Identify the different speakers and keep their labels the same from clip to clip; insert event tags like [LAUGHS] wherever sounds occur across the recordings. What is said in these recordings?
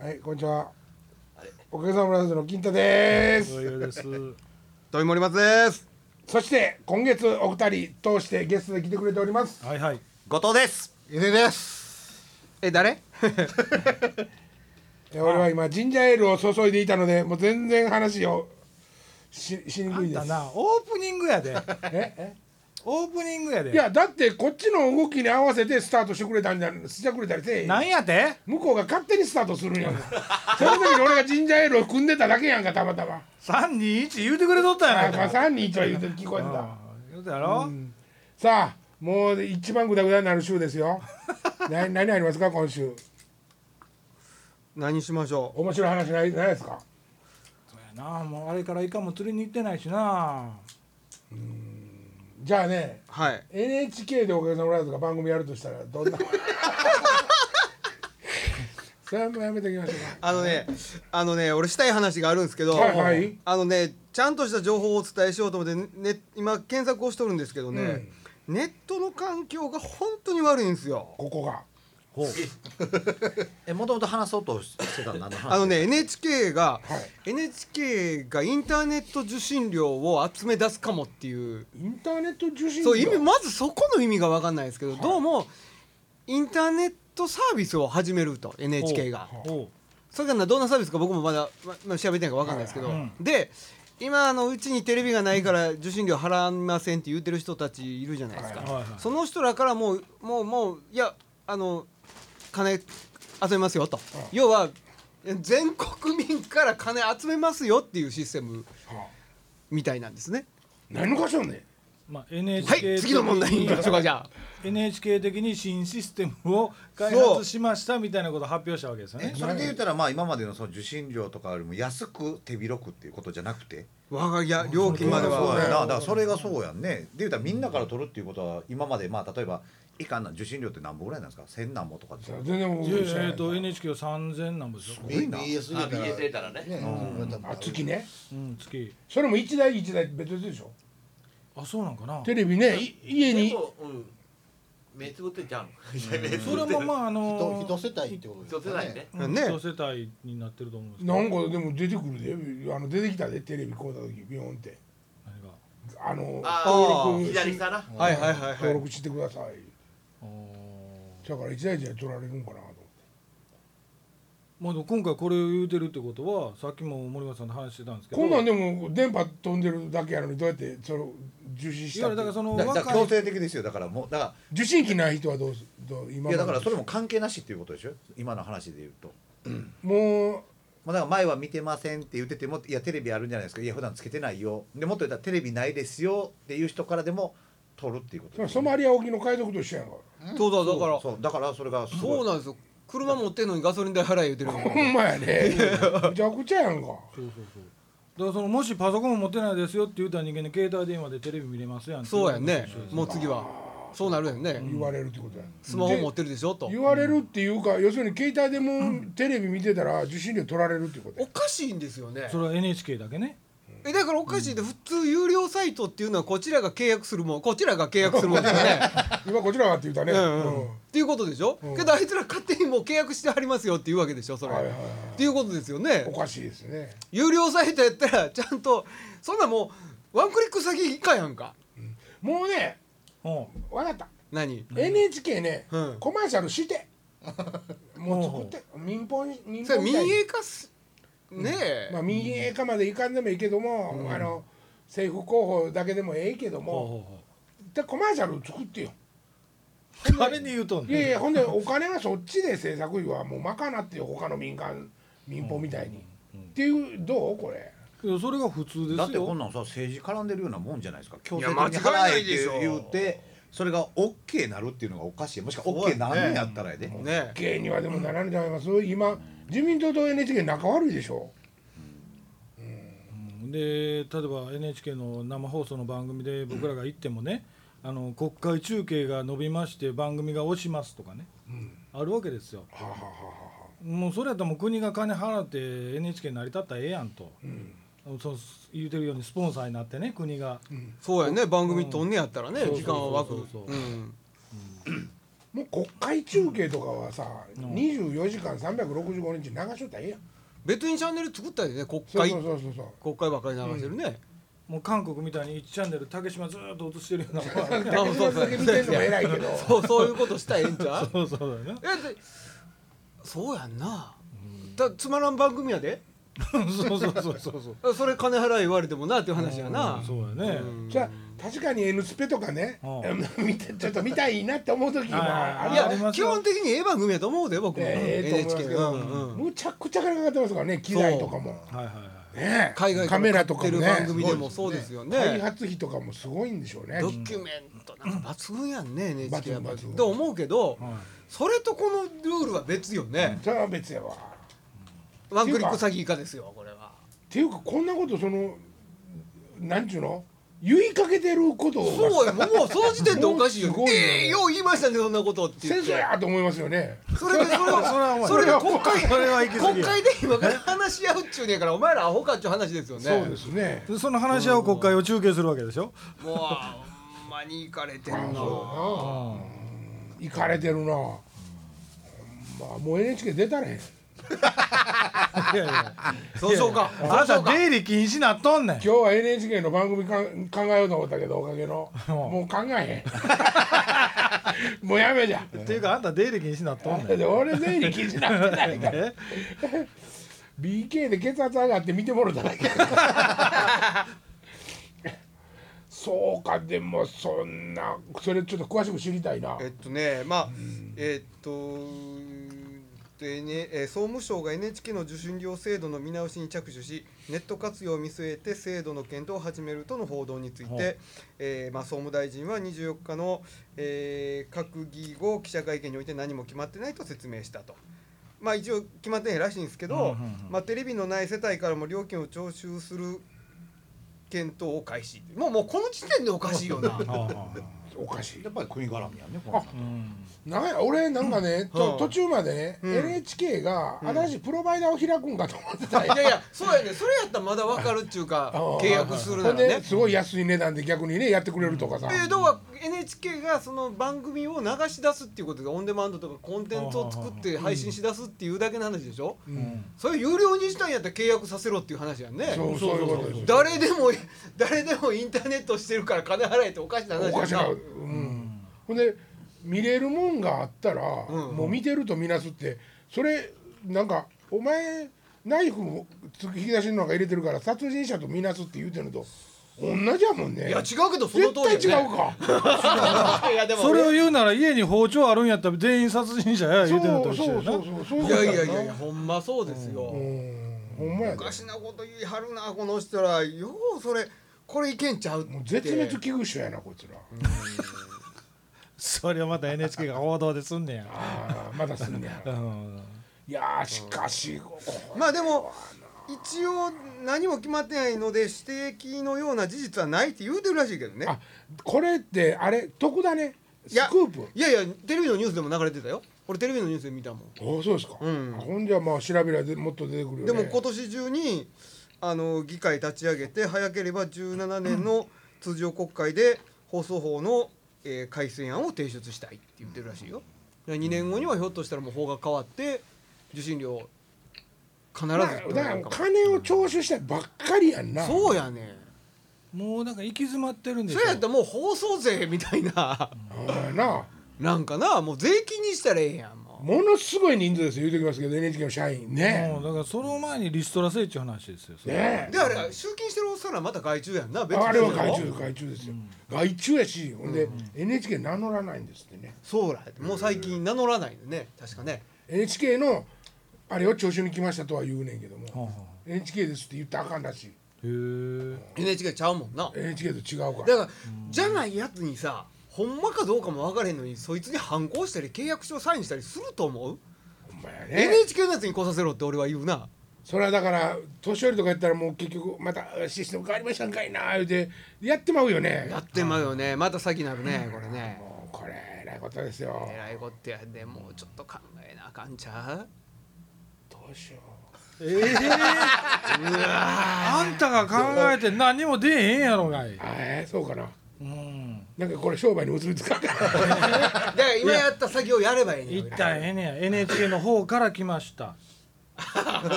Speaker 1: はい、こんにちは。おかげさまでの金太です。
Speaker 2: です。
Speaker 3: 富森松です
Speaker 1: そして今月お二人通してゲストで来てくれております。
Speaker 2: はいはい。
Speaker 3: 後藤です
Speaker 4: ゆでです
Speaker 3: え誰
Speaker 1: え俺は今ジンジャーエールを注いでいたので、もう全然話をししに
Speaker 2: あ
Speaker 1: くい
Speaker 2: ん
Speaker 1: で
Speaker 2: た
Speaker 1: す。
Speaker 2: な、オープニングやで。
Speaker 1: ええ
Speaker 2: オープニングやで。
Speaker 1: いやだってこっちの動きに合わせてスタートしてくれたんじゃしてくれたりせえへん
Speaker 2: なんやて。
Speaker 1: 向こうが勝手にスタートするんやんその時に俺がジンジャーエールを組んでただけやんかたまたま
Speaker 2: 三二一言うてくれとったやな
Speaker 1: あ
Speaker 2: い
Speaker 1: か
Speaker 2: か。
Speaker 1: ん3人一は言うて聞こえてた
Speaker 2: 言うたやろ。
Speaker 1: さあもう一番グダグダになる週ですよな何ありますか今週
Speaker 3: 何しましょ
Speaker 1: 面白い話ないないですか
Speaker 2: そうやな、もうあれからイカも釣りに行ってないしな。
Speaker 1: じゃあね
Speaker 3: うはい
Speaker 1: NHK でおかげさまでが番組やるとしたらどんな [LAUGHS] それはもうやめておきましょう
Speaker 3: あのねあのね俺したい話があるんですけど、
Speaker 1: はいはい
Speaker 3: あのねちゃんとした情報をお伝えしようと思ってねね今検索をしとるんですけどね、ネットの環境が本当に悪いんですよ
Speaker 1: ここが
Speaker 4: えもともと話そうとしてたの何の話
Speaker 3: あのね NHK が、
Speaker 1: は
Speaker 3: NHK がインターネット受信料を集め出すかもっていう
Speaker 1: インターネット受信料
Speaker 3: そう意味まずそこの意味が分かんないですけど、どうもインターネットサービスを始めると NHK が。
Speaker 2: おう。
Speaker 3: それがなどんなサービスか僕もまだ、ままあ、調べてないから分かんないですけど、
Speaker 2: はいはい
Speaker 3: で今あのうちにテレビがないから受信料払いませんって言ってる人たちいるじゃないですか、
Speaker 2: はいはい
Speaker 3: その人らからもうもうもういやあの金集めますよと、要は全国民から金集めますよっていうシステム
Speaker 1: はあ
Speaker 3: みたいなんですね。
Speaker 1: 何の箇所ね
Speaker 2: まあ
Speaker 3: は
Speaker 2: NHK 的に
Speaker 3: い次の問題に行きましょうかじゃあ
Speaker 2: NHK 的に新システムを開発しましたみたいなことを発表したわけですよ
Speaker 4: え
Speaker 2: ね。
Speaker 4: それで言ったらまあ今までのその受信料とかよりも安く手広くっていうことじゃなくて
Speaker 3: 我が家料金まで
Speaker 4: そう
Speaker 3: は
Speaker 4: やなだからそれがそうやんねで言ったらみんなから取るっていうことは今までまあ例えばいかんな受信料って何本ぐらいなんですか千何本とかって
Speaker 1: 全然僕
Speaker 2: え
Speaker 1: 知ら
Speaker 2: ー
Speaker 1: ない
Speaker 2: と NHK は三千なんぼですよ。
Speaker 4: いいな
Speaker 5: BS
Speaker 6: あ、BS
Speaker 5: 入
Speaker 6: 入
Speaker 5: れ
Speaker 6: れ
Speaker 5: た
Speaker 6: た
Speaker 5: ら
Speaker 6: ら
Speaker 5: ね
Speaker 6: ね。
Speaker 1: あ月ね
Speaker 2: うん月。
Speaker 1: それも一台一台別々でしょ
Speaker 2: あそうなんかな。
Speaker 1: テレビねい家
Speaker 6: で
Speaker 1: に
Speaker 6: も、うん。目つぶってんちゃう [LAUGHS] の。
Speaker 2: それもまああの
Speaker 5: 人人世帯ってことです
Speaker 6: 一世
Speaker 5: か
Speaker 6: 代
Speaker 5: ね
Speaker 6: ね。
Speaker 2: うん
Speaker 3: ね
Speaker 2: 一世帯になってると思うんですけど。
Speaker 1: なんかでも出てくるであの出てきたでテレビこうた時ビヨンって
Speaker 2: 何が。
Speaker 1: あの
Speaker 6: あ
Speaker 3: ー
Speaker 1: 登録
Speaker 6: 左かな。
Speaker 3: はいはいはいは
Speaker 1: 登
Speaker 3: い
Speaker 1: 録してください
Speaker 2: お
Speaker 1: だから一台一台取られるんかなと思って
Speaker 2: まあでも今回これを言うてるってことはさっきも森松さんと話してたんですけど
Speaker 1: こんなんでも電波飛んでるだけやのにどうやってそれを受信し
Speaker 2: い
Speaker 1: た
Speaker 2: わゆ
Speaker 1: っ
Speaker 2: る
Speaker 1: て
Speaker 2: だからその
Speaker 4: だだから
Speaker 2: 若
Speaker 4: 強
Speaker 2: い
Speaker 4: 制的ですよだからもうだか
Speaker 1: 受信機ない人はどうすどう今
Speaker 4: ら
Speaker 1: ま
Speaker 4: い
Speaker 1: で
Speaker 4: やだからそれも関係なしっていうことでしょ今の話で言うと。
Speaker 1: もう
Speaker 4: まあ、だから前は見てませんって言っててもいやテレビあるんじゃないですかいや普段つけてないよでもっと言ったらテレビないですよっていう人からでも撮るっていうこと
Speaker 1: それはソマリア沖の海賊と一緒やんか
Speaker 3: そうだだから
Speaker 4: そうだからそれがすごい
Speaker 3: そうなんですよ車持ってんのにガソリン代払い言うてるのに
Speaker 1: ほんまやねめちゃくちゃやんか
Speaker 2: そうそうそうだからそのもしパソコンも持ってないですよって言った人間に携帯電話でテレビ見れますやん
Speaker 3: そうやんね
Speaker 2: っていのと一緒です
Speaker 3: もう次はそうなるやんね
Speaker 1: 言われるってことや
Speaker 3: スマホ持ってるでしょと
Speaker 1: 言われるっていうか要するに携帯でもテレビ見てたら受信料取られるってこと
Speaker 3: お
Speaker 1: や
Speaker 3: かしいんですよね
Speaker 2: それは NHK だけね
Speaker 3: えだからおかしいで普通有料サイトっていうのはこちらが契約するもんこちらが契約するもんですよね
Speaker 1: 今こちらがって言ったね
Speaker 3: うんう
Speaker 1: うん
Speaker 3: んっていうことでしょけどあいつら勝手にもう契約してはりますよっていうわけでしょそれ
Speaker 1: はいはいはい
Speaker 3: っていうことですよね
Speaker 1: おかしいですね
Speaker 3: 有料サイトやったらちゃんとそんなもうワンクリック先以下やんか
Speaker 1: もうね
Speaker 2: うん
Speaker 1: わかった
Speaker 3: 何
Speaker 1: NHK ね
Speaker 3: うん
Speaker 1: コマーシャルしてもう作って民放に民
Speaker 3: それ
Speaker 1: 放みたい
Speaker 3: 民
Speaker 1: に
Speaker 3: 営化すねえ、
Speaker 1: まあ民営化までいかんでもいいけどもあの政府広報だけでもええけど
Speaker 2: ほう
Speaker 1: も
Speaker 2: ほうほ
Speaker 1: 一旦コマーシャル作って
Speaker 2: [LAUGHS]
Speaker 1: よ
Speaker 2: う誰に言うとん
Speaker 1: いやい
Speaker 2: ねん
Speaker 1: やほんでお金はそっちで制作費はもう賄ってよ他の民間民放みたいに、っていうどうこれ
Speaker 2: いやそれが普通ですよ
Speaker 4: だってこんなんさ政治絡んでるようなもんじゃないですか強制的
Speaker 3: いや
Speaker 4: に
Speaker 3: 間違いな
Speaker 4: 払えっ
Speaker 3: いでしょ
Speaker 4: て言ってそれが OK なるっていうのがおかしいもしくは OK なんねやったらやで、
Speaker 3: ね
Speaker 1: 芸にはでもならんじゃないます今自民党と NHK 仲悪いでしょ
Speaker 2: うんで例えば NHK の生放送の番組で僕らが行ってもね、あの国会中継が伸びまして番組が落ちますとかね、あるわけですよ。もうそれやったらもう国が金払って NHK 成り立ったらええやんと、そう言うてるようにスポンサーになってね国が、
Speaker 3: そうやね番組とんねやったらね時間は枠
Speaker 2: そうそうそうそう
Speaker 3: うん
Speaker 1: もう国会中継とかはさ、24時間365日流しとったらええやん
Speaker 3: 別にチャンネル作ったでね国
Speaker 1: そう
Speaker 3: 会
Speaker 1: そうそうそ
Speaker 2: [LAUGHS]
Speaker 1: うそう
Speaker 3: 国会ばっかり流してるね、
Speaker 2: もう韓国みたいに1チャンネル竹島ずーっと映してるような
Speaker 1: だけどだけ見てんのも偉いけど
Speaker 3: そうそういうことしたらええん
Speaker 1: [LAUGHS]
Speaker 3: ちゃう
Speaker 2: [LAUGHS] そうそうだよ
Speaker 3: えでそうやんな、だつまらん番組やで
Speaker 2: なそうそうそうそうそう
Speaker 3: それ金払い言われてもなっていう話やな、
Speaker 2: そうやね、
Speaker 3: うん
Speaker 1: じゃあ確かに「N スペ」とかね [LAUGHS]
Speaker 2: う
Speaker 1: 見てちょっと見たいなって思う時もあ
Speaker 2: あ
Speaker 1: る
Speaker 3: い
Speaker 2: あり
Speaker 3: や
Speaker 2: ます
Speaker 3: 基
Speaker 2: よ
Speaker 3: 本的にええ番組やと思うで僕も、
Speaker 1: ええと思います
Speaker 3: NHK
Speaker 1: けど、
Speaker 3: うんうん
Speaker 1: むちゃくちゃ金かかってますからね機材とかも、
Speaker 2: はいはいはい
Speaker 1: ねえ、
Speaker 3: 海外
Speaker 1: カメラと
Speaker 3: 買
Speaker 1: か
Speaker 3: って
Speaker 1: も
Speaker 3: る
Speaker 1: ね
Speaker 3: 番組でもそうですよね
Speaker 1: 開発費とかもすごいんでしょうね
Speaker 3: ドキュメントなんか抜群やんね NHK やっぱ
Speaker 1: 抜群
Speaker 3: と思うけど、
Speaker 2: はい
Speaker 3: それとこのルールは別よね、
Speaker 1: それは別やわっ
Speaker 3: ワンクリック詐欺以下ですよこれは
Speaker 1: ていうかこんなことそのなんちゅうの言いかけてることが
Speaker 3: そうよもうその時点でおかしいよ
Speaker 1: すごいよね
Speaker 3: ええよう言いましたねそんなことって
Speaker 1: 戦
Speaker 3: 言っ
Speaker 1: 争
Speaker 3: て
Speaker 1: やと思いますよね
Speaker 3: それでそれ
Speaker 2: それはお
Speaker 3: を
Speaker 2: 前
Speaker 3: それで国会
Speaker 2: それは行き過ぎ
Speaker 3: 国
Speaker 2: や
Speaker 3: 会で今から話し合うっちゅうねやからお前らアホかっちゅう話ですよね
Speaker 1: そうですね
Speaker 2: でその話し合う国会を中継するわけでしょ
Speaker 3: もうほんまに行かれてんな
Speaker 1: そうな行かれてるなほんまもう NHK 出たれへん
Speaker 2: いやいや
Speaker 3: そうそうか
Speaker 2: あな
Speaker 3: そ
Speaker 2: た
Speaker 3: うか
Speaker 2: 出入り禁止なっとんねん
Speaker 1: 今日は NHK の番組かん考えようと思ったけどおかげ
Speaker 2: [LAUGHS]
Speaker 1: のもう考えへんもうやめじゃ
Speaker 2: っていうかあんた出入り禁止なっとんねん
Speaker 1: で俺全員気になってないから
Speaker 2: え
Speaker 1: BK で血圧上がって見てもろただけそうかでもそんなそれちょっと詳しく知りたいな
Speaker 3: えっとねまあえっとでね、えー総務省が NHK の受信料制度の見直しに着手しネット活用を見据えて制度の検討を始めるとの報道につい
Speaker 2: はい
Speaker 3: て、えーまあ、総務大臣は24日の、えー閣議後記者会見において何も決まってないと説明したと。まあ、一応決まってないらしいんですけど、
Speaker 2: うんうんうん
Speaker 3: まあ、テレビのない世帯からも料金を徴収する検討を開始もうもうこの時点でおかしいよ
Speaker 2: [LAUGHS]
Speaker 3: な
Speaker 2: あああ
Speaker 1: おかしい
Speaker 4: やっぱり国絡みやね
Speaker 1: あ
Speaker 2: あうん
Speaker 1: なんや俺なんかね、
Speaker 3: うん
Speaker 1: と途中までね、
Speaker 3: うん
Speaker 1: NHK が新しいプロバイダーを開くんかと思ってたん
Speaker 3: い
Speaker 1: や
Speaker 3: やいやそうやねそれやったらまだわかるっちゅうか契約するな
Speaker 1: ほ
Speaker 3: ら
Speaker 1: ん
Speaker 3: ね
Speaker 1: ですごい安い値段で逆にねやってくれるとかさ、
Speaker 3: えー、だから NHK がその番組を流し出すっていうことがオンデマンドとかコンテンツを作って配信し出すっていうだけの話でしょ、
Speaker 1: うん
Speaker 3: それ有料にしたんやったら契約させろっていう話やんね
Speaker 1: そうそういうことです
Speaker 3: 誰でも誰でもインターネットしてるから金払えっておかしな話
Speaker 1: おかし
Speaker 3: や
Speaker 1: な、うん
Speaker 3: ん
Speaker 1: ほんで見れるもんがあったら、
Speaker 3: うん
Speaker 1: もう見てるとみなすってそれなんかお前ナイフを突き引き出しの中入れてるから殺人者とみなすって言うてるのと同じやもんね
Speaker 3: いや違うけどその
Speaker 1: 絶
Speaker 3: 通
Speaker 1: 対
Speaker 3: りや、ね、
Speaker 1: 違うか
Speaker 3: [LAUGHS] いやでも
Speaker 2: それを言うなら家に包丁あるんやったら全員殺人者や
Speaker 1: そ
Speaker 2: 言
Speaker 1: う
Speaker 2: てんの
Speaker 1: そ
Speaker 2: と
Speaker 1: う
Speaker 2: 一緒
Speaker 1: そ
Speaker 2: や
Speaker 1: うそう
Speaker 2: な
Speaker 1: そういう
Speaker 3: い
Speaker 1: こと
Speaker 3: や
Speaker 1: や
Speaker 3: い
Speaker 1: な
Speaker 3: やいやほんまそうですよ、
Speaker 1: うんほんまや
Speaker 3: お
Speaker 1: で
Speaker 3: かしなこと言いはるなこの人らようそれこれいけんちゃうって
Speaker 1: もう絶滅危惧種やなこいつら、
Speaker 2: それをまた NHK が報道ですんねや
Speaker 1: ああまだすんねや
Speaker 2: うん
Speaker 1: いやーしかしこ
Speaker 3: まあでも一応何も決まってないので指摘のような事実はないって言うてるらしいけどね
Speaker 1: あこれってあれ得だねス
Speaker 3: いや
Speaker 1: クープ
Speaker 3: いやいやテレビのニュースでも流れてたよ俺テレビのニュースで見たもん
Speaker 1: ああそうですか、
Speaker 3: うん
Speaker 1: ほんじゃまあ調べりゃでもっと出てくるよね
Speaker 3: でも今年中にあの議会立ち上げて早ければ17年の通常国会で放送法の、えー改正案を提出したいって言ってるらしいよ2年後にはひょっとしたらもう法が変わって受信料必ず
Speaker 1: だから
Speaker 3: 取られ
Speaker 1: だ
Speaker 3: るか
Speaker 1: から金を徴収したばっかりやんな
Speaker 3: もそうやね
Speaker 2: もうなんか行き詰まってるんでしょ
Speaker 3: それやったらもう放送税みたいな
Speaker 1: ああな
Speaker 3: なんかなもう税金にしたらええやんも
Speaker 1: ものすごい人数ですよ言うときますけど NHK の社員ね
Speaker 2: もうだからその前にリストラせいっちゅう話ですよそれ
Speaker 1: ね
Speaker 3: うであれ集金してるおっさんらまた外注やんな別
Speaker 1: あれは
Speaker 3: やろ
Speaker 1: 外注外注ですよ、外注やしほんで、NHK 名乗らないんですってね
Speaker 3: そうらもう最近名乗らないのね確かね
Speaker 1: NHK のあれを徴収に来ましたとは言うねんけども、
Speaker 2: はあはあ
Speaker 1: NHK ですって言ったらあかんらしい
Speaker 2: へえ
Speaker 3: NHK ちゃうもんな
Speaker 1: NHK と違うから
Speaker 3: だからじゃないやつにさほんまかどうかも分からへんのにそいつに反抗したり契約書サインしたりすると思う、
Speaker 1: ほんまやね
Speaker 3: NHK のやつに来させろって俺は言うな
Speaker 1: それはだから年寄りとかやったらもう結局またシステム変わりましたんかいなー言うてやってまうよね
Speaker 3: やってまうよねまた先なるねこれね
Speaker 1: もうこれえらいことですよ
Speaker 3: えらいことやでもうちょっと考えなあかんちゃう
Speaker 1: どうしよう
Speaker 2: えあんたが考えて何も出えへんやろがい
Speaker 1: あえーそうかな
Speaker 2: うん
Speaker 1: なんかこれ商売に移りつかんから
Speaker 3: だから今やった作業やればいいの
Speaker 2: 一
Speaker 3: よ [LAUGHS]
Speaker 2: 旦ええねや NHK の方から来ました
Speaker 3: う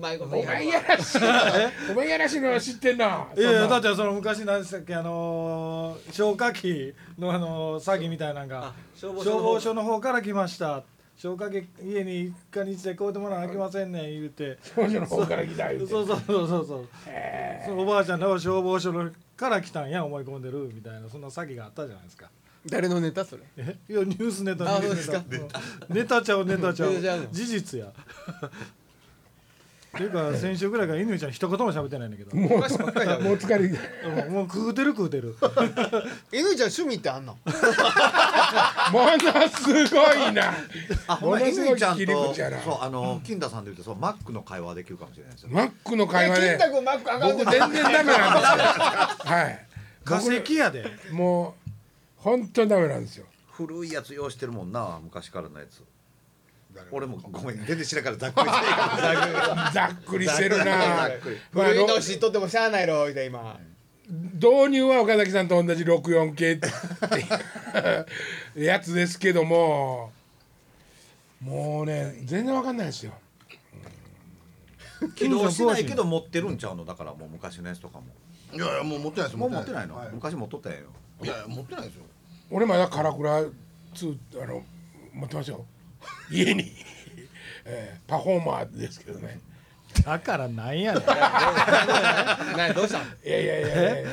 Speaker 3: まいこと言
Speaker 1: お
Speaker 3: うわ
Speaker 1: 前やらしいな [LAUGHS] お前やらしいのは知ってんない
Speaker 2: やいやだってその昔何でしたっけあのー消火器のあのー詐欺みたいなんが
Speaker 6: あ消防署の
Speaker 2: 消
Speaker 6: 方
Speaker 2: 防署の方から来ました消火器家に一家に一台買うてもらわなあきませんねん言うて
Speaker 1: 少女の方から来た言
Speaker 2: そうう
Speaker 1: て
Speaker 2: そうそうそうそうそのおばあちゃんらは消防署のから来たんや思い込んでるみたいなそんな詐欺があったじゃないですか
Speaker 3: 誰のネタそれ
Speaker 2: えいやニュースネタ
Speaker 3: あ
Speaker 2: ニュース
Speaker 3: そう
Speaker 2: ネタうんネタちゃうネタちゃう
Speaker 3: ネタちゃうの
Speaker 2: 事実やっていうか先週ぐらいから犬ちゃん一言も喋ってないんだけど
Speaker 1: もうもう疲れてきた
Speaker 2: うんもう食うてる食うてる
Speaker 3: 犬ちゃん趣味ってあんの
Speaker 1: ものすごいな
Speaker 4: あほんまに
Speaker 1: ものすごい
Speaker 4: ちゃん
Speaker 1: 切り
Speaker 4: と
Speaker 1: 口
Speaker 4: そう
Speaker 1: やな
Speaker 4: あの金田さんで言うとそうマックの会話できるかもしれないですよ
Speaker 1: マックの会話
Speaker 3: 金
Speaker 1: で
Speaker 3: 太君マックあかん
Speaker 1: 僕全然ダメなんですよはい
Speaker 2: 化石やで
Speaker 1: もう本当にダメなんですよ
Speaker 4: 古いやつ用意してるもんな昔からのやつ俺もごめん出てしなからざっくりして [LAUGHS]
Speaker 1: ざっくりしてるな
Speaker 4: ざっくり
Speaker 1: まあ
Speaker 3: [LAUGHS] 古いの知っとってもしゃあないろみたいな今
Speaker 1: 導入は岡崎さんと同じ 64K っていうやつですけどももうね全然わかんないですよ
Speaker 4: 起動しないけど持ってるんちゃうのだからもう昔のやつとかも
Speaker 5: いやいやもう持ってないです
Speaker 4: もう持ってないの、
Speaker 5: は
Speaker 4: 昔持っとったんやよ
Speaker 5: いやいや持ってないですよ
Speaker 1: 俺まだカラクラ2あの持ってますよ家に、えーパフォーマーですけどね
Speaker 2: だからなんやねん
Speaker 3: などうしたん
Speaker 1: いやいやいやいや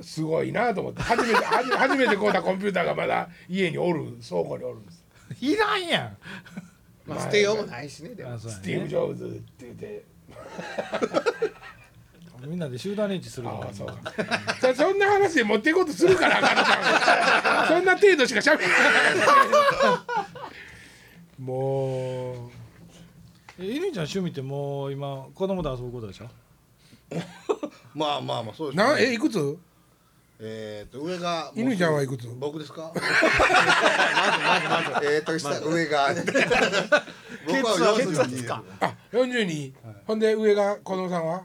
Speaker 1: すすごいなと思って初めて初め初めて買うたコンピューターがまだ家におる倉庫におるんです
Speaker 2: いらんやん
Speaker 3: まあ捨てようもないしねでも
Speaker 2: あそう
Speaker 1: スティーブ・ジョブズって言って
Speaker 2: みんなで集団認知するの
Speaker 1: あ
Speaker 2: か
Speaker 1: あそうかそそんな話で持っていこうとするからあかんのちゃうそんな程度しかしゃべらないもう
Speaker 2: え犬ちゃん趣味ってもう今子供と遊ぶことでしょ
Speaker 5: まあまあまあそうです
Speaker 1: な
Speaker 5: ね
Speaker 1: えいくつ
Speaker 5: えーと上が
Speaker 1: 犬ちゃんはいくつ
Speaker 5: 僕ですかえーと下上が僕は
Speaker 2: ケ
Speaker 5: 4
Speaker 2: ツ
Speaker 5: 歳
Speaker 2: ケツか
Speaker 1: あ42、ほんで上が子供さんは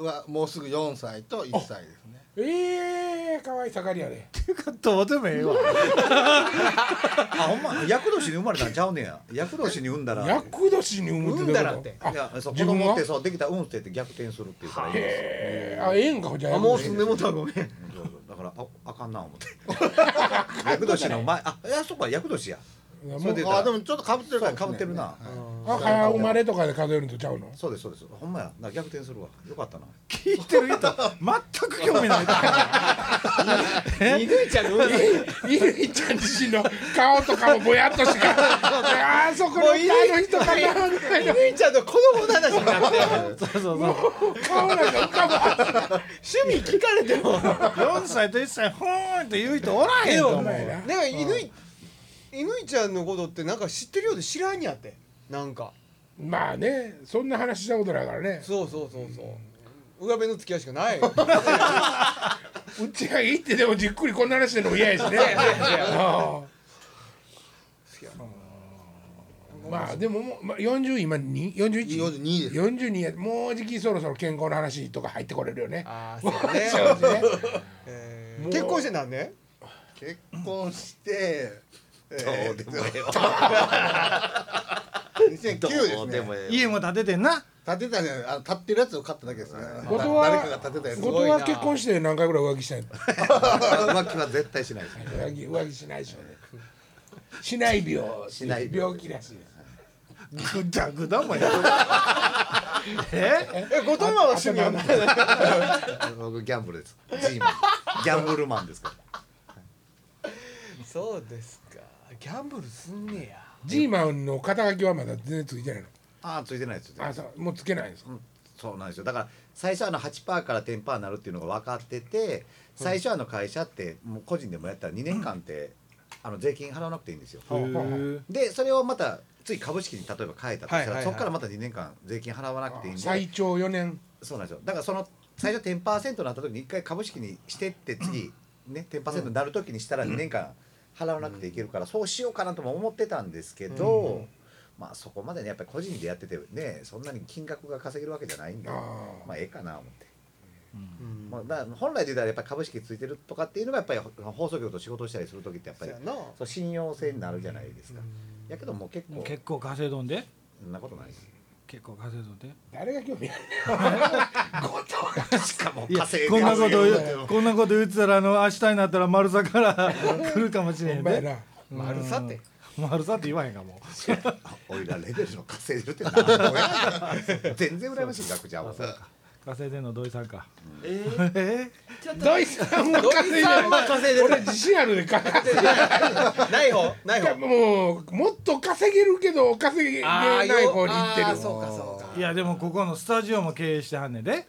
Speaker 5: はもうすぐ4歳と1歳ですね
Speaker 1: ええー、かわいい盛りやね
Speaker 2: ていうかどうでもええわ
Speaker 4: あほんま厄年に生まれたんちゃうねや厄年に産んだらい
Speaker 1: 厄年に産むってどういうこと
Speaker 3: 産んだらって
Speaker 1: あ
Speaker 4: やそう子
Speaker 1: 自分
Speaker 4: 供
Speaker 1: は
Speaker 4: ってそうできた運勢って逆転するっていうからいいですよ
Speaker 1: えー、あ縁がじゃ
Speaker 3: あもう住んでもうたわごめん
Speaker 4: そうそうだからああかんな思って厄年の前あいやそっか厄年や
Speaker 1: もう
Speaker 4: それで言う
Speaker 5: あ
Speaker 4: た
Speaker 5: で
Speaker 4: ら
Speaker 5: もちょっとかぶってる
Speaker 4: そう
Speaker 5: か
Speaker 4: やかぶ
Speaker 5: も
Speaker 4: ってるな
Speaker 1: あ早生まれとかで数えるんとちゃうの
Speaker 4: そうですそうですほんまやな逆転するわよかったな
Speaker 2: 聞いてる人全く興味ない
Speaker 3: 犬ちゃんの運勢
Speaker 1: 乾ちゃん自身の顔とかもぼやっとしかあーそこの
Speaker 3: も
Speaker 1: あ
Speaker 3: ういい
Speaker 1: の人かなみたいな
Speaker 3: 犬ちゃんの子供の話になっ
Speaker 2: そ
Speaker 3: て
Speaker 2: うそうそう
Speaker 1: 顔なんか浮かぶ
Speaker 3: 趣味聞かれても
Speaker 2: 4歳と1歳ほーんって言う人おらへんと思う
Speaker 1: ないな
Speaker 3: なんか犬い犬ちゃんのことってなんか知ってるようで知らんやってなんか
Speaker 1: まあねそんな話したことないからね
Speaker 3: そうそうそうそう上辺の付き合いしかない
Speaker 1: 打ち上げ行ってでもじっくりこんな話してるのも嫌
Speaker 4: [LAUGHS]
Speaker 1: やしねああまあでももう、まあ、40今に41
Speaker 5: 42です
Speaker 1: 42やもうじきそろそろ健康の話とか入ってこれるよね
Speaker 3: ああそうね
Speaker 1: そうですね
Speaker 3: えー
Speaker 1: もう
Speaker 3: 結婚してなんね
Speaker 5: 結婚してえーと
Speaker 4: ど
Speaker 5: 2009
Speaker 4: うですええ
Speaker 5: でね
Speaker 4: わ
Speaker 2: 家も建ててんな
Speaker 5: 立てたねあの立ってるやつを買っただけですね
Speaker 1: 後藤
Speaker 5: 誰かが立てたやつ
Speaker 1: 後
Speaker 5: を
Speaker 1: 藤は結婚して何回ぐらい浮気したんや [LAUGHS]
Speaker 4: [LAUGHS] 浮気は絶対しないですね
Speaker 1: 浮気浮気しないでしょうねしない病
Speaker 4: しない病
Speaker 1: 病気らしいです
Speaker 2: ぐだぐだもやえ
Speaker 3: え後藤は趣味はない
Speaker 4: [LAUGHS] 僕ギャンブルですジーマンギャンブルマンですから
Speaker 3: そうですかギャンブルすんねや
Speaker 1: ジーマンの肩書きはまだ全然ついてないの
Speaker 4: ああついてないですよ
Speaker 1: あそうもうつけないんですか
Speaker 4: うんそうなんですよだから最初あの8%から10%になるっていうのが分かってて最初あの会社ってもう個人でもやったら2年間ってあの税金払わなくていいんですよ。
Speaker 2: ー
Speaker 4: でそれをまたつい株式に例えば変えたとした
Speaker 3: はいはいは
Speaker 4: ら
Speaker 3: い
Speaker 4: そこからまた2年間税金払わなくていいんで
Speaker 1: 最長4年
Speaker 4: そうなんですよだからその最初10%になった時に1回株式にしてって次ね10%になる時にしたら2年間払わなくていけるからそうしようかなとも思ってたんですけどまあそこまでねやっぱり個人でやっててねそんなに金額が稼げるわけじゃないんで
Speaker 1: あ
Speaker 4: まあええかな思って。
Speaker 2: う
Speaker 3: うん
Speaker 4: まあ、だから本来で言ったらやっぱり株式ついてるとかっていうのがやっぱり放送局と仕事したりする時ってやっぱ
Speaker 5: そう
Speaker 4: り
Speaker 5: やな
Speaker 4: そう信用性になるじゃないですか、やけどもう結構
Speaker 2: 結構稼いどんで
Speaker 4: そんなことないです
Speaker 2: 結構稼いどんで
Speaker 1: 誰が興味ある
Speaker 4: しかも
Speaker 2: いや
Speaker 4: 稼い
Speaker 2: こんなこと
Speaker 4: 稼い
Speaker 2: 言うこんなこと言ってたらあの明日になったら丸さから来るかもしれへ
Speaker 1: ほ
Speaker 2: ん
Speaker 1: んまや
Speaker 2: ね
Speaker 1: な
Speaker 2: 丸さって丸さって言わへんかも
Speaker 4: おいらレベルの稼いでるってなんぼや全然羨ましい額じゃんもう
Speaker 2: 稼いでんの土井さんか
Speaker 6: えー、
Speaker 2: え
Speaker 6: ちょっと
Speaker 1: 土井さんは
Speaker 3: 土井
Speaker 1: 稼いで
Speaker 3: さんは
Speaker 1: る
Speaker 3: 稼いでる
Speaker 1: 俺自信あるで稼いでる
Speaker 3: ない方ない方
Speaker 1: もうもっと稼げるけど稼げ
Speaker 3: あ
Speaker 1: な
Speaker 3: ー
Speaker 1: い
Speaker 3: よ
Speaker 1: 方に行って
Speaker 3: あー
Speaker 1: る
Speaker 3: そうかそうか
Speaker 2: いやでもここのスタジオも経営してはんねんで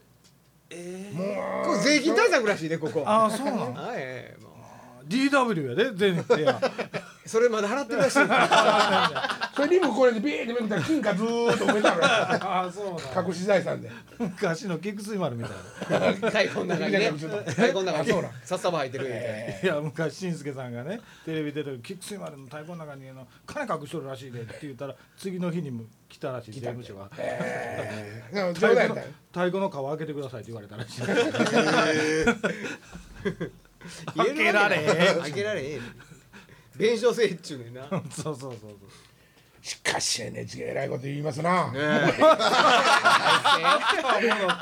Speaker 6: え
Speaker 1: もう
Speaker 3: これ税金対策らしいねここ
Speaker 2: ああそうなの
Speaker 3: はいええも
Speaker 2: DW やで全部や
Speaker 3: うそれまで払ってるらしい
Speaker 1: それリブこれでビーってめくったら金貨ずーっと埋めた [LAUGHS] ら
Speaker 2: ああそうな
Speaker 1: 隠し財産で
Speaker 2: 昔の菊水丸みたい
Speaker 3: 開墾の中にね
Speaker 1: ちょっと
Speaker 3: 開墾の中
Speaker 1: あそう
Speaker 3: に
Speaker 1: なん
Speaker 3: さっさば入ってるみたいな
Speaker 2: ないや昔しんすけさんがねテレビ出てる菊水丸の太鼓の中にあの金隠しとるらしいでって言ったら次の日にも来たらしい税務署が
Speaker 1: なんか
Speaker 2: 太
Speaker 1: 冗談
Speaker 2: 鼓
Speaker 1: やっ
Speaker 2: の
Speaker 1: たよ
Speaker 2: 太鼓の皮開けてくださいって言われたら
Speaker 1: [LAUGHS]
Speaker 2: しい開
Speaker 3: 入
Speaker 2: けられ
Speaker 3: る
Speaker 2: へ
Speaker 3: わけない開けられへん弁償せえっちゅうねんなね
Speaker 2: んそうそうそうそう
Speaker 1: しかし NHK 偉いこと言いますな
Speaker 3: え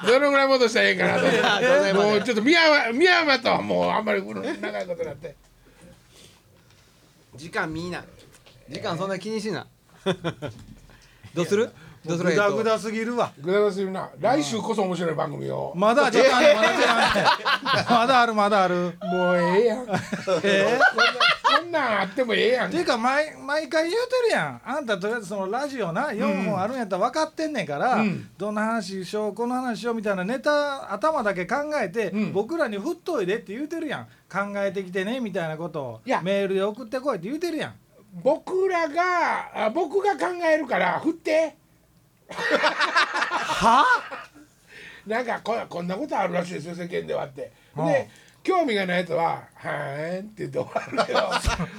Speaker 1: どのぐらい戻したらええかな [LAUGHS] と思って
Speaker 3: あどないまで
Speaker 1: もうちょっと宮山宮山とはもうあんまりこの長いことになって
Speaker 3: 時間見いな時間そんな気にしな [LAUGHS] どうするどうする
Speaker 2: グダグダすぎるわ
Speaker 1: [LAUGHS] グダグダするな来週こそ面白い番組 [LAUGHS] を
Speaker 2: まだ時間まだ時間まだあるまだある
Speaker 1: もうええやんこんな
Speaker 2: え
Speaker 1: こんなんあってもええやん
Speaker 2: ていうか毎毎回言うてるやんあんたとりあえずそのラジオな4本あるんやったら分かってんねんから、どんな話しようこの話しようみたいなネタ頭だけ考えて、
Speaker 1: ん
Speaker 2: 僕らに振っといでって言うてるやん考えてきてねみたいなことを
Speaker 1: いや
Speaker 2: メールで送ってこいって言うてるやん
Speaker 1: 僕らがあ僕が考えるから振って
Speaker 2: は
Speaker 1: なんかここんなことあるらしいですよ世間ではってで興味がないやつは「はーん」って言って終わ
Speaker 2: [LAUGHS]
Speaker 1: るけ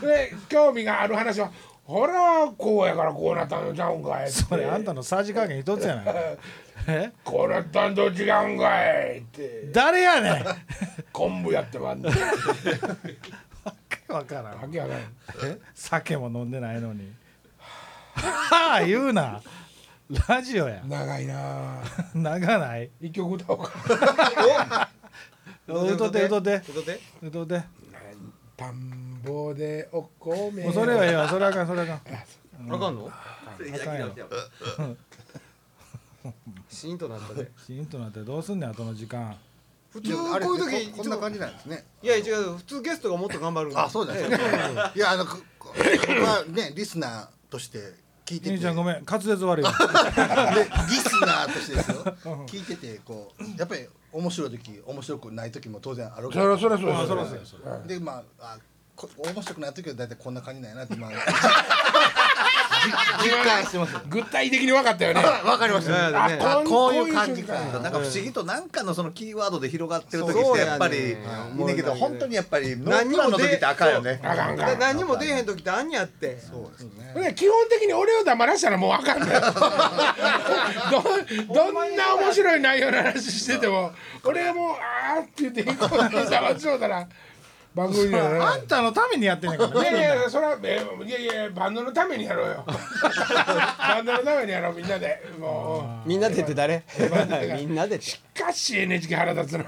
Speaker 1: どで興味がある話は「ほらこうやからこうなったのちゃうんかい」って
Speaker 2: それあんたのさじ加減一つやないかえ
Speaker 1: こうなったんと違うんかい」って
Speaker 2: 誰やねん
Speaker 1: 昆布やってまんねん
Speaker 2: わから
Speaker 1: わ
Speaker 2: ん
Speaker 1: けわからん
Speaker 2: 酒も飲んでないのにはあ言うなラジオや
Speaker 1: 長いなあ
Speaker 2: 長ない
Speaker 1: 一曲歌おうか
Speaker 2: 歌って歌って
Speaker 3: 歌って
Speaker 2: 歌って
Speaker 1: 田んぼでお米
Speaker 2: もうそれはええわそれはあかんそれはあかん
Speaker 3: あかんの
Speaker 6: ー、焼き直しやわ
Speaker 3: シーンとなったで
Speaker 2: シーンとなってどうすんねん後の時間
Speaker 5: 普
Speaker 3: 通こういう時
Speaker 5: ここんな感じなんですね
Speaker 3: いや違う普通ゲストがもっと頑張るんだ
Speaker 5: あそうですねいやあのここ僕はねリスナーとして聞いて
Speaker 2: 兄
Speaker 5: てでリ
Speaker 2: ちゃんごめん滑舌悪いわ
Speaker 5: スナーとしてですよ聞いててこうやっぱり面白い時面白くない時も当然ある
Speaker 1: そらそらそら
Speaker 2: そ
Speaker 1: そ
Speaker 2: ら
Speaker 1: ら
Speaker 2: そら
Speaker 1: そ
Speaker 5: でまああこ面白くない時は大体こんな感じなんやなってまあ
Speaker 1: 実感してます [LAUGHS] 具体的に分かったよね
Speaker 5: わかりました
Speaker 3: だからね
Speaker 5: あこういう
Speaker 1: こういう
Speaker 5: 感じか
Speaker 1: 瞬間
Speaker 4: なんか不思議となんかのそのキーワードで広がってる時
Speaker 3: そう
Speaker 4: ってやっぱりいい
Speaker 3: そうやね
Speaker 4: ねんけど本当にやっぱりノ
Speaker 3: 何
Speaker 4: ー
Speaker 3: に
Speaker 4: プ
Speaker 3: も
Speaker 4: ランの時ってあかんよね
Speaker 1: あかんあか
Speaker 3: だ
Speaker 1: ん
Speaker 3: 何も出えへん時ってあんにあって
Speaker 5: そうですね
Speaker 1: ほんで基本的に俺を黙らしたらもうあかんの
Speaker 2: [LAUGHS]
Speaker 1: よどどんな面白い内容の話してても俺がもうあーって言ってこうやって黙っちゃうたら番組にはなら
Speaker 2: [LAUGHS] あ
Speaker 1: ない
Speaker 2: んたのためにやってんねんから
Speaker 1: い
Speaker 2: ね
Speaker 1: やいやそれはえいやいやバンドのためにやろう
Speaker 2: [LAUGHS]
Speaker 1: よバンドのためにやろうみんなでも
Speaker 3: みんなでって誰みんなでって
Speaker 1: うしかし NHK 腹立つな
Speaker 2: も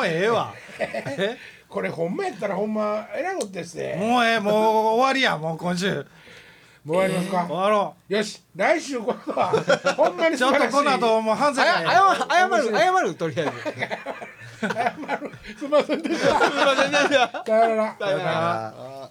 Speaker 2: うええ [LAUGHS] わえ
Speaker 1: これほんまやったらほんまえらいことですね
Speaker 2: もうええもう終わりやもう今週
Speaker 1: もう終わります
Speaker 2: 終
Speaker 1: か、
Speaker 2: わろ
Speaker 1: よし来週こそはほんま
Speaker 2: う
Speaker 1: に
Speaker 2: ち
Speaker 1: 素
Speaker 2: ょっ
Speaker 1: 晴ら
Speaker 2: と
Speaker 1: しい
Speaker 2: この後もう反省
Speaker 3: あ
Speaker 2: 会
Speaker 3: や謝る謝るとりあえず
Speaker 1: [LAUGHS] 謝るすいませんでした
Speaker 3: [LAUGHS] すいませんでした
Speaker 1: さよなら
Speaker 3: さよなら
Speaker 4: あー